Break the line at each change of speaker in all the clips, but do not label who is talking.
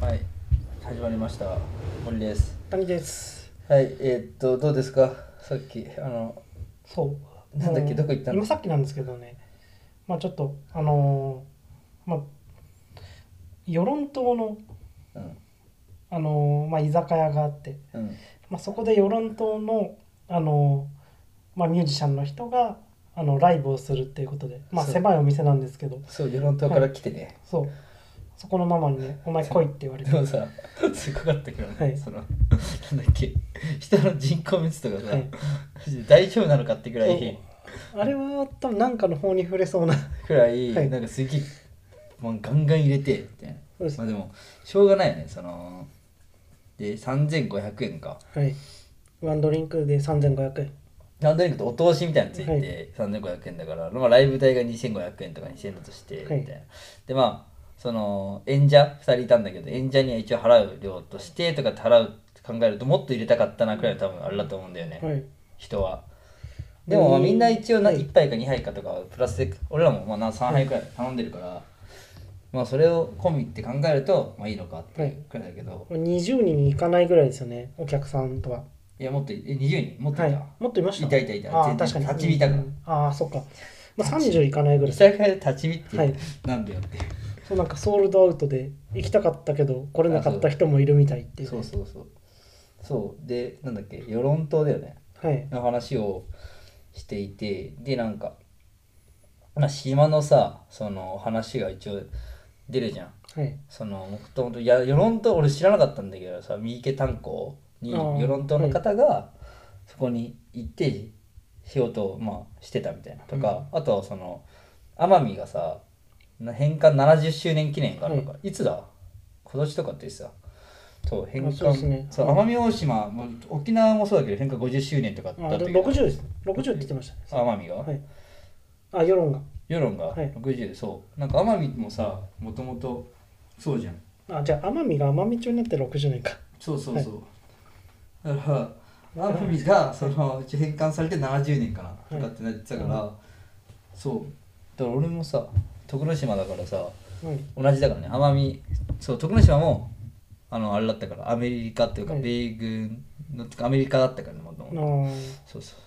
はい始まりました森です
谷です
はいえーっとどうですかさっきあの
そう
なんだっけ
あの
どこ行ったの
今さっきなんですけどねまあちょっとあのーまあ与論島の、
うん
あのーまあ、居酒屋があって、
うん
まあ、そこで与論島の、あのーまあ、ミュージシャンの人があのライブをするっていうことで、まあ、
そう
狭いお店なんですけど
そう与論島から来てね、
そうそこのママにね「お前来い」って言われて
でもさ すごかったけどね、
はい
そのなんだっけ人の人口密度がさ、
はい
大丈夫なのかってぐらい
あれは多分なんかの方に触れそうな
くらい、
はい
なんかすげえもうガンガン入れてみたいな
そうです
まあでもしょうがないよねそので3500円か
はいワンドリンクで3500円
ランドリンクってお通しみたいなのついて3500円だから、まあ、ライブ代が2500円とか2000円だとしてみたいな、
は
でまあその演者2人いたんだけど演者には一応払う量としてとかって払うって考えるともっと入れたかったなくらいの多分あれだと思うんだよね、
はい
人はでもまあ
うん
みんな一応な
はい
1杯か2杯かとかはプラスで俺らもまあな3杯くらい頼んでるから、まあそれを込みって考えるとまあいいのかっていうくらいだけど、い、
20人に行かないぐらいですよねお客さんとは
やもっとえ20人もっとい
は
た、
いもっといました
いたいたいた
あ
全
ー
然
確かに
立ち見たから
うんああそっか、まあ、30いかないぐら
居
い
酒屋で立ち見って、
はい
なんだよっていう
そうなんかソールドアウトで行きたかったけど来れなかった人もいるみたいっていう
そうそうそうそうでなんだっけ与論島だよね
はい
の話をしていてでなんか、まあ、島のさその話が一応出るじゃん
はい
そのもともといや与論島俺知らなかったんだけどさ三池炭鉱に
あー
与論島の方がそこに行って仕事を、まあ、してたみたいなとか、あとはその奄美がさな返還70周年記念があるのか、い、つだ今年とかってさそう返還
そうですね
そう奄美大島もう沖縄もそうだけど返還50周年とか
あ
だった
ー
け
で
ど
も60です60って言ってましたね
奄美が、
はいあ世論が
世論が
はい
60、そうなんか奄美もさもともとそうじゃん
あじゃあ奄美が奄美町になって60年か
そうそうそう、だから奄美がそのうち返還されて70年かなとかってなってたから、そうだから俺もさ徳之島だからさ
はい
同じだからね奄美そう徳之島もあのあれだったからアメリカっていうか
はい
米軍の、てかアメリカだったからねもとも
あ
と
ー
そうそう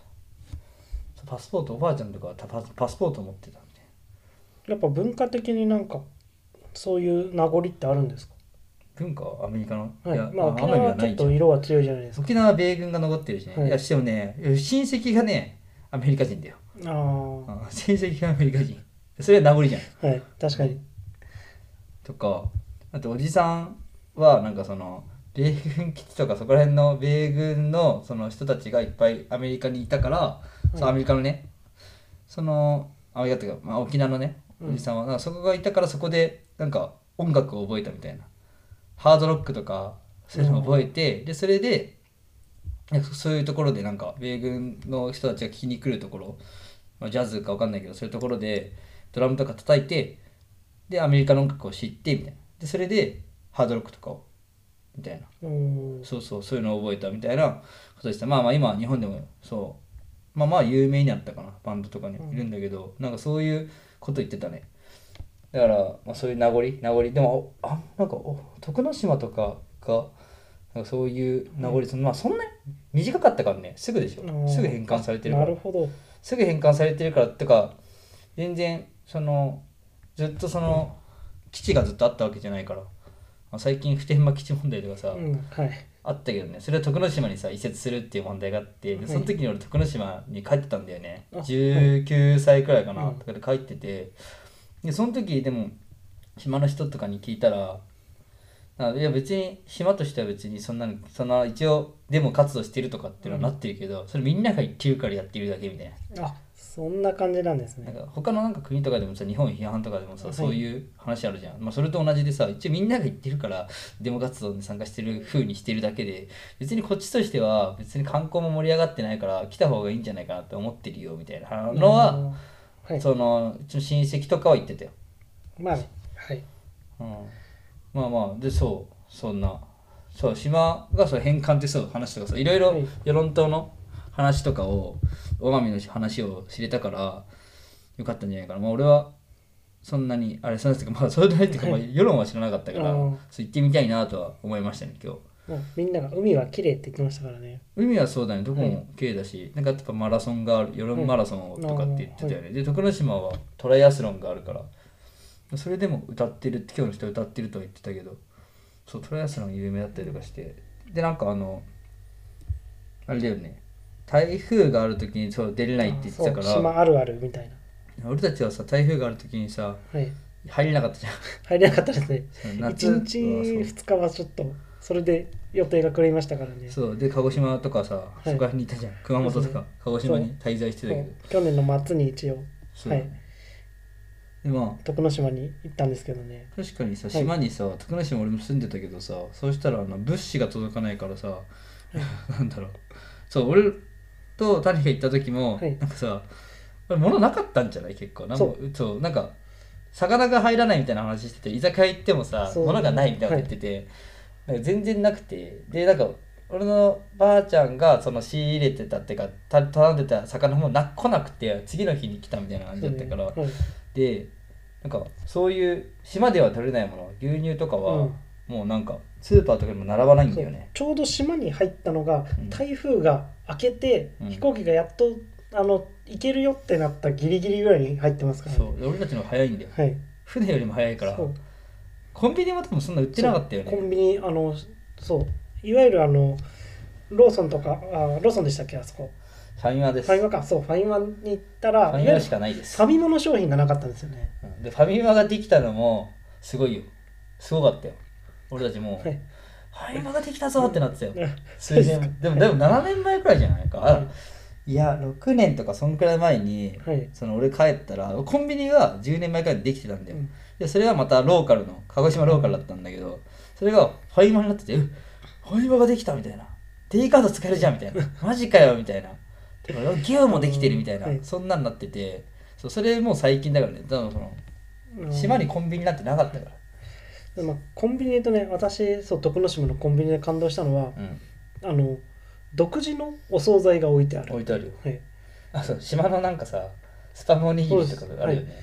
そうパスポートおばあちゃんとかはたパスパスポート持ってたんで
やっぱ文化的になんかそういう名残ってあるんですか
文化はアメリカの、
はい
や
まあ沖
奄美
縄
は
はち
な
ょっ
いじゃ
と
ん
色は強いじゃないですか
沖縄は米軍が残ってるしね、
はい
いやしてもね親戚がねアメリカ人だよ
ああ
あ親戚がアメリカ人それは名残じゃん
はい確かに
とかあとおじさんはなんかその米軍基地とかそこら辺の米軍のその人たちがいっぱいアメリカにいたから、そのアメリカのねそのあいやてか、まあ、沖縄のね
うん
おじさんは、なんかそこがいたからそこでなんか音楽を覚えたみたいなハードロックとかそういうのを覚えて、でそれでなんかそういうところでなんか米軍の人たちが聴きに来るところ、まあ、ジャズかわかんないけどそういうところでドラムとか叩いてでアメリカの音楽を知ってみたいなでそれでハードロックとかをみたいな
うん
そうそうそういうのを覚えたみたいなことでしたまあまあ今日本でもそうまあまあ有名になったかなバンドとかにいるんだけど、なんかそういうこと言ってたねだから、まあ、そういう名残名残でもあなんかお徳之島とかがなんかそういう名残、そのまあそんなに短かったからねすぐでし
あ
ょ
ー
すぐ返還されてるか
な
ら
るほど
すぐ返還されてるからってか全然そのずっとその基地がずっとあったわけじゃないから、まあ、最近普天間基地問題とかさ、
うんはい
あったけどねそれは徳之島にさ移設するっていう問題があってで
はい
その時に俺徳之島に帰ってたんだよね、
あはい
19歳くらいかな、
うん
とかで帰っててでその時でも島の人とかに聞いたらあいや別に島としては別にそんなのそんな一応デモ活動してるとかっていうのはなってるけど、それみんなが言ってるからやってるだけみたいな
あそんな感じなんです
なん
ね。
か他のなんか国とかでもさ日本批判とかでもさ、
はい
そういう話あるじゃん、まあ、それと同じでさ一応みんなが言ってるからデモ活動に参加してる風にしてるだけで別にこっちとしては別に観光も盛り上がってないから来た方がいいんじゃないかなって思ってるよみたいなのは、
うん、はい、
そのうちの親戚とかは言ってたよ、
まあ、はい、
うん、まあまあでそうそんなそう島がそう返還ってそう話とかさいろいろ
はい
与論島の話とかを奄美の話を知れたからよかったんじゃないかな、まあ、俺はそんなにあれそんなにっていうかまあそれでないっていうか、まあ、世論は知らなかったから、
うん
そう行ってみたいなとは思いましたね今日
もうみんなが海は綺麗って言ってましたからね
海はそうだねどこ
は
も綺麗だし、なんかやっぱマラソンがある夜マラソンとかって言ってたよね、
うん
で徳之島はトライアスロンがあるからそれでも歌ってるって今日の人は歌ってるとは言ってたけどそうトライアスロン有名だったりとかしてでなんかあのあれだよね台風がある時にそう出れないって言ってたか
あそう
ら
島あるあるみたいな
俺たちはさ台風がある時にさ
はい
入れなかったじ ゃん
入れなかったですね
その夏
1日2日はちょっとそれで予定が狂いましたからね
そうそうで鹿児島とかさ、そこら辺にいたじゃん熊本
そう
と
ですね
か鹿児島に滞在してたけど
去年の末に一応
そう、
はい
でまあ
徳之島に行ったんですけどね
確かにさ
い
島にさ、徳之島俺も住んでたけどさそうしたらあの物資が届かないからさ、 なんだろうそう俺と谷が行った時も、
はい
なんかさこれ物なかったんじゃない結構なんか
そ
そうなんか魚が入らないみたいな話してて居酒屋行ってもさ
そう
物がないみたいなこと言ってて、なんか全然なくてでなんか俺のばあちゃんがその仕入れてたっていうかた頼んでた魚もな来なくて次の日に来たみたいな感じだったから、
そうね
でなんかそういう島では取れないもの牛乳とか
はい
は、
うん
もうなんかスーパーとかにも並ばないんだよね
ちょうど島に入ったのが
うん
台風が明けて、
うん
飛行機がやっとあの行けるよってなったギリギリぐらいに入ってますから、
そ
ね、
うで俺たちの方が早いんだよ
はい
船よりも早いから
そう
コンビニも多分そんな売ってなかったよね
コンビニあのそういわゆるあのローソンとかあローソンでしたっけあそこ
ファミマです
ファミ
フ
マかそうファミマに行ったら
ァ
い
ミ
わゆ
マ
る
しかないです
ファミマの商品がなかったんですよね
うんでファミマができたのもすごいよすごかったよ俺たちも
はい、
ファミマができたぞってなってたよ数
そう ですか
年でもでも7年前くらいじゃないか、あ
はい
いや6年とかそんくらい前に、
はい
その俺帰ったらコンビニが10年前くらいにできてたんだよ、
うん
でそれはまたローカルの鹿児島ローカルだったんだけどそれがファイマになっててうっファイマができたみたいな D カード使えるじゃんみたい なマジかよみたいなてかギューもできてるみたいな、
はい
そんなんなっててそうそれもう最近だからねだからその
うん
島にコンビニなんてなかったから、
でまあ、コンビニで言うとね私そう徳之島のコンビニで感動したのは
うん、
あの独自のお惣菜が置いてある、
置いてあるよ
はい、
あそう島のなんかさスパムおにぎりとかがあるよね、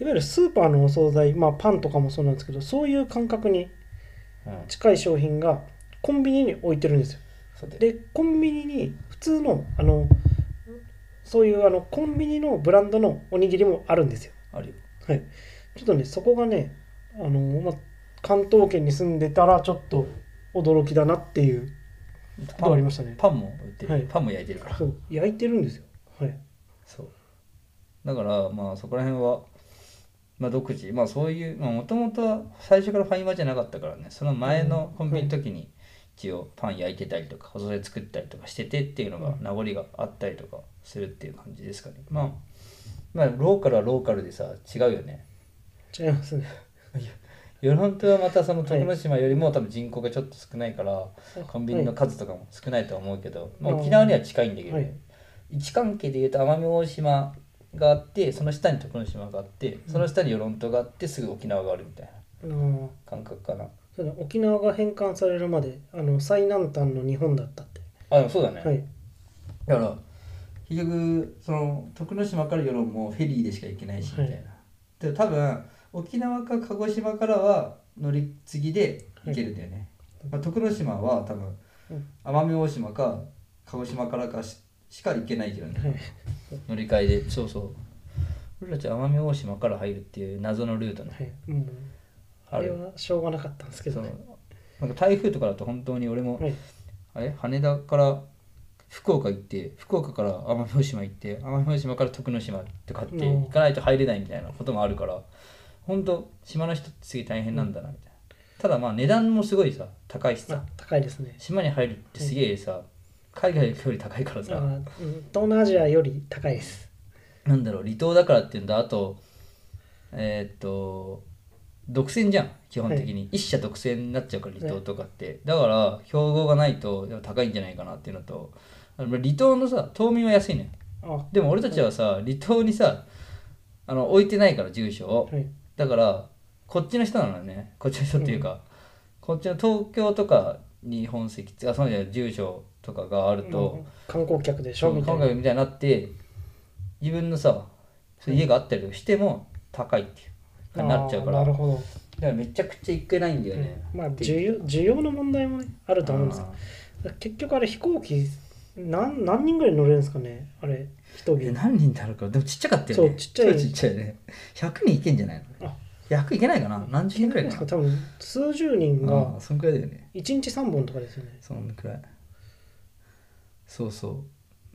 いわゆるスーパーのお惣菜、まあ、パンとかもそうなんですけどそういう感覚に
うん
近い商品がコンビニに置いてるんですよ
そうだよ
でコンビニに普通のあのそういうあのコンビニのブランドのおにぎりもあるんですよ
あるよ
はいちょっとねそこがねあの、まあ、関東圏に住んでたらちょっと驚きだなっていうこと
パ
があり
ン
ましたね
パンも売ってる、
はい
パンも焼いてるから
そう焼いてるんですよはい
そうだからまあそこら辺は、まあ、独自まあそういうもともとは最初からファイマーじゃなかったからねその前のコンビニの時に一応パン焼いてたりとか細で作ったりとかしててっていうのが
うん
名残があったりとかするっていう感じですかね、まあ、まあローカルはローカルでさ違うよね
違いますね
与論島はまたその
はい
徳之島よりも多分人口がちょっと少ないから コンビニの
は
数とかも少ないとは思うけど、まあ、
うん
沖縄には近いんだけど、ね
はい
位置関係でいうと奄美大島があってその下に徳之島があってその下に与論島があってすぐ沖縄があるみたいない
あの
感覚かな
そうだ沖縄が返還されるまであの最南端の日本だったって
あでもそうだね、
はい
だから結局その徳之島から与論もフェリーでしか行けないしみたいな、
はい
で多分沖縄か鹿児島からは乗り継ぎで行けるんだよね、まあ、徳之島は多分
うん
奄美大島か鹿児島からかししか行けないけどね、
はい
乗り換えでそうそう俺たち奄美大島から入るっていう謎のルートね、
はい、もうあれはしょうがなかったんですけ
そ
ど
う
ね
なんか台風とかだと本当に俺も、
はい
あれ羽田から福岡行って福岡から奄美大島行って奄美大島から徳之島とかって
うん
行かないと入れないみたいなこともあるから本当島の人ってすげえ大変なんだなみたいな、ただまあ値段もすごいさ高いし
あ
さ
高いですね
島に入るってすげえさ、海外行くより高いから
あ
さ、
ー、うん、東南アジアより高いです
なんだろう離島だからっていうんだあとえーっと独占じゃん基本的に、一社独占になっちゃうから離島とかって、だから標語がないとやっぱ高いんじゃないかなっていうのとあの離島のさ島民は安いね
あは
でも俺たちはさ、離島にさあの置いてないから住所を、
い
だからこっちの人なのねこっちの人っていうか、こっちの東京とかに本籍あそうじゃない住所とかがあると、
うん観光客でしょ
そう
みたい
今
な
回みたいになって自分のさそう家があったりとかしても高いっていうになっちゃうから
あー
だ
なる
か
ほど、
らめちゃくちゃ行けないんだよね、
まあ
って
需
いう
要需要の問題もねあると思うんです
あ
けど結局あれ飛行機何何人ぐらい乗れるんですかねあれ一
ーえ
便
何人だろうかでもちっちゃかったよ
そ
ね
うちっちゃい
超ちっちゃいよね100人いけんじゃないの
あ
100いけないかな何十人くらいかな
多分数十人
あ
が
あそんくらいだよね
1日3本とかですよね
そんくらいそうそ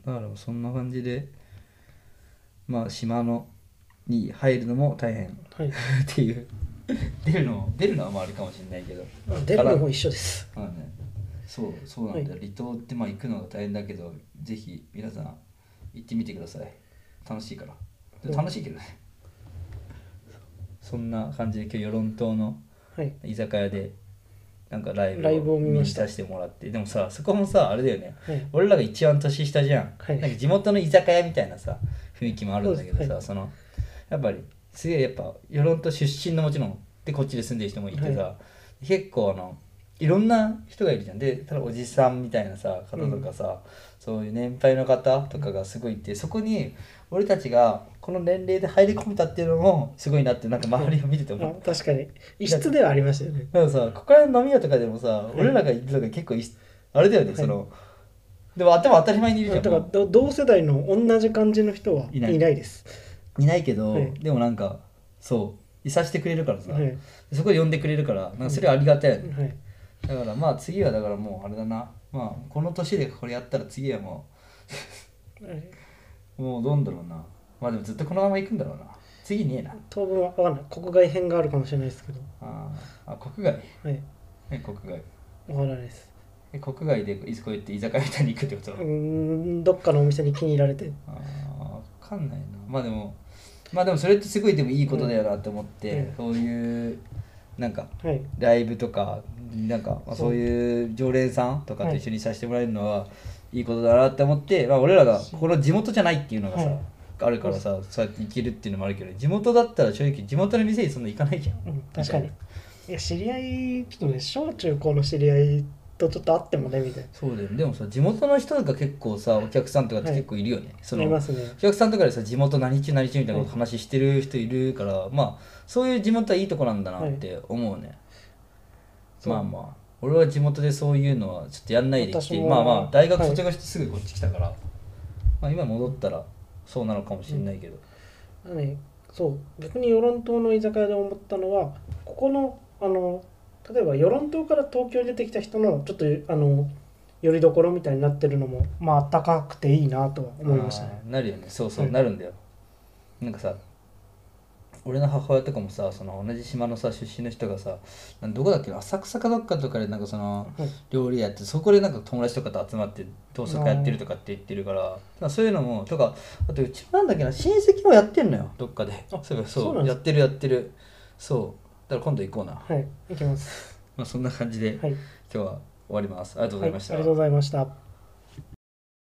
うだからそんな感じでまあ島のに入るのも大変 っ
はい
ていう出るのも出るのはまああれかもしれないけど
あ出るのも一緒です
まあね、そうそうなんだよ、離島ってまあ行くのが大変だけどぜひ皆さん行ってみてください楽しいから
うん
楽しいけどね、そんな感じで今日与論島の
はい
居酒屋でなんかライブ
ライブを見ました
に出してもらってでもさそこもさあれだよね
はい
俺らが一番年下じゃん,、
はい
なんか地元の居酒屋みたいなさ雰囲気もあるんだけど
そう
さ
で
そ,、
すはい
のやっぱりすげえやっぱ与論島出身のもちろんでこっちで住んでる人もいてさ、結構あのいろんな人がいるじゃんでただおじさんみたいなさ方とかさ、そういう年配の方とかがすごいいてそこに俺たちがこの年齢で入り込めたっていうのもすごいなってなんか周りを見てて思う
あ確かに異質ではありましたよね
だからさここら辺の飲み屋とかでもさ、俺らが行ってた時結構いあれだよね、
い
そのでも頭当たり前にいるじゃ
だ
ん
からど同世代の同じ感じの人はい
ない
いないです
いないけど、
はい
でもなんかそういさしてくれるからさ、
はいはい
そこで呼んでくれるからなんかそれはありがたいよね、
はい
だからまあ次はだからもうあれだなまあこの年でこれやったら次はもうもうどんだろうなまあでもずっとこのまま行くんだろうな次ねえな
当分は分かんない国外編があるかもしれないですけど
あーあ国外
はい
え国外
分からないです
え国外でいつこうやって居酒屋みたいに行くってこと、
うーんどっかのお店に気に入られて
ああ分かんないなまあでもまあでもそれってすごいでもいいことだよなって思って、
うん
そういうなんか
はい
ライブとかなんかまあそういう常連さんとかと一緒にさせてもらえるのはいいことだなって思って、まあ、俺らがこの地元じゃないっていうのがさ、
はい
あるからさそうやって行けるっていうのもあるけど地元だったら正直地元の店にそんな行かないじゃん
うん確かにいや知り合いちょっとね小中高の知り合いとちょっと会ってもねみたい
そうだよねでもさ地元の人が結構さお客さんとかって結構いるよね、そ
なあり
の
ますね
お客さんとかでさ地元何中何中みたいなこと話してる人いるから、まあそういう地元はいいとこなんだなって思うね、
そう
まあまあ俺は地元でそういうのはちょっとやんないで来
私
て
も
まあまあ大学
はい
卒業してすぐこっち来たから、まあ今戻ったらそうなのかもしれないけど、
あのねそう逆に与論島の居酒屋で思ったのはここのあの例えば与論島から東京に出てきた人のちょっとあのよりどころみたいになってるのもまあ暖かくていいなとは思いましたね
あーなるよねそうそう、
はい
なるんだよなんかさ俺の母親とかもさその同じ島のさ出身の人がさなんどこだっけな浅草かどっかとかでなんかその
はい
料理やってそこでなんか友達とかと集まって同窓会やってるとかって言ってるからまあそういうのもとかあとうちなんだっけな親戚もやってんのよどっかで
あ
そういえば
そう
そ
なん
う
で
や
す
ってるやってるそうだから今度行こうな、
はい行きます
まあ、そんな感じで
は
今
い
日は終わりますありがとうございました、
はいありがとうございました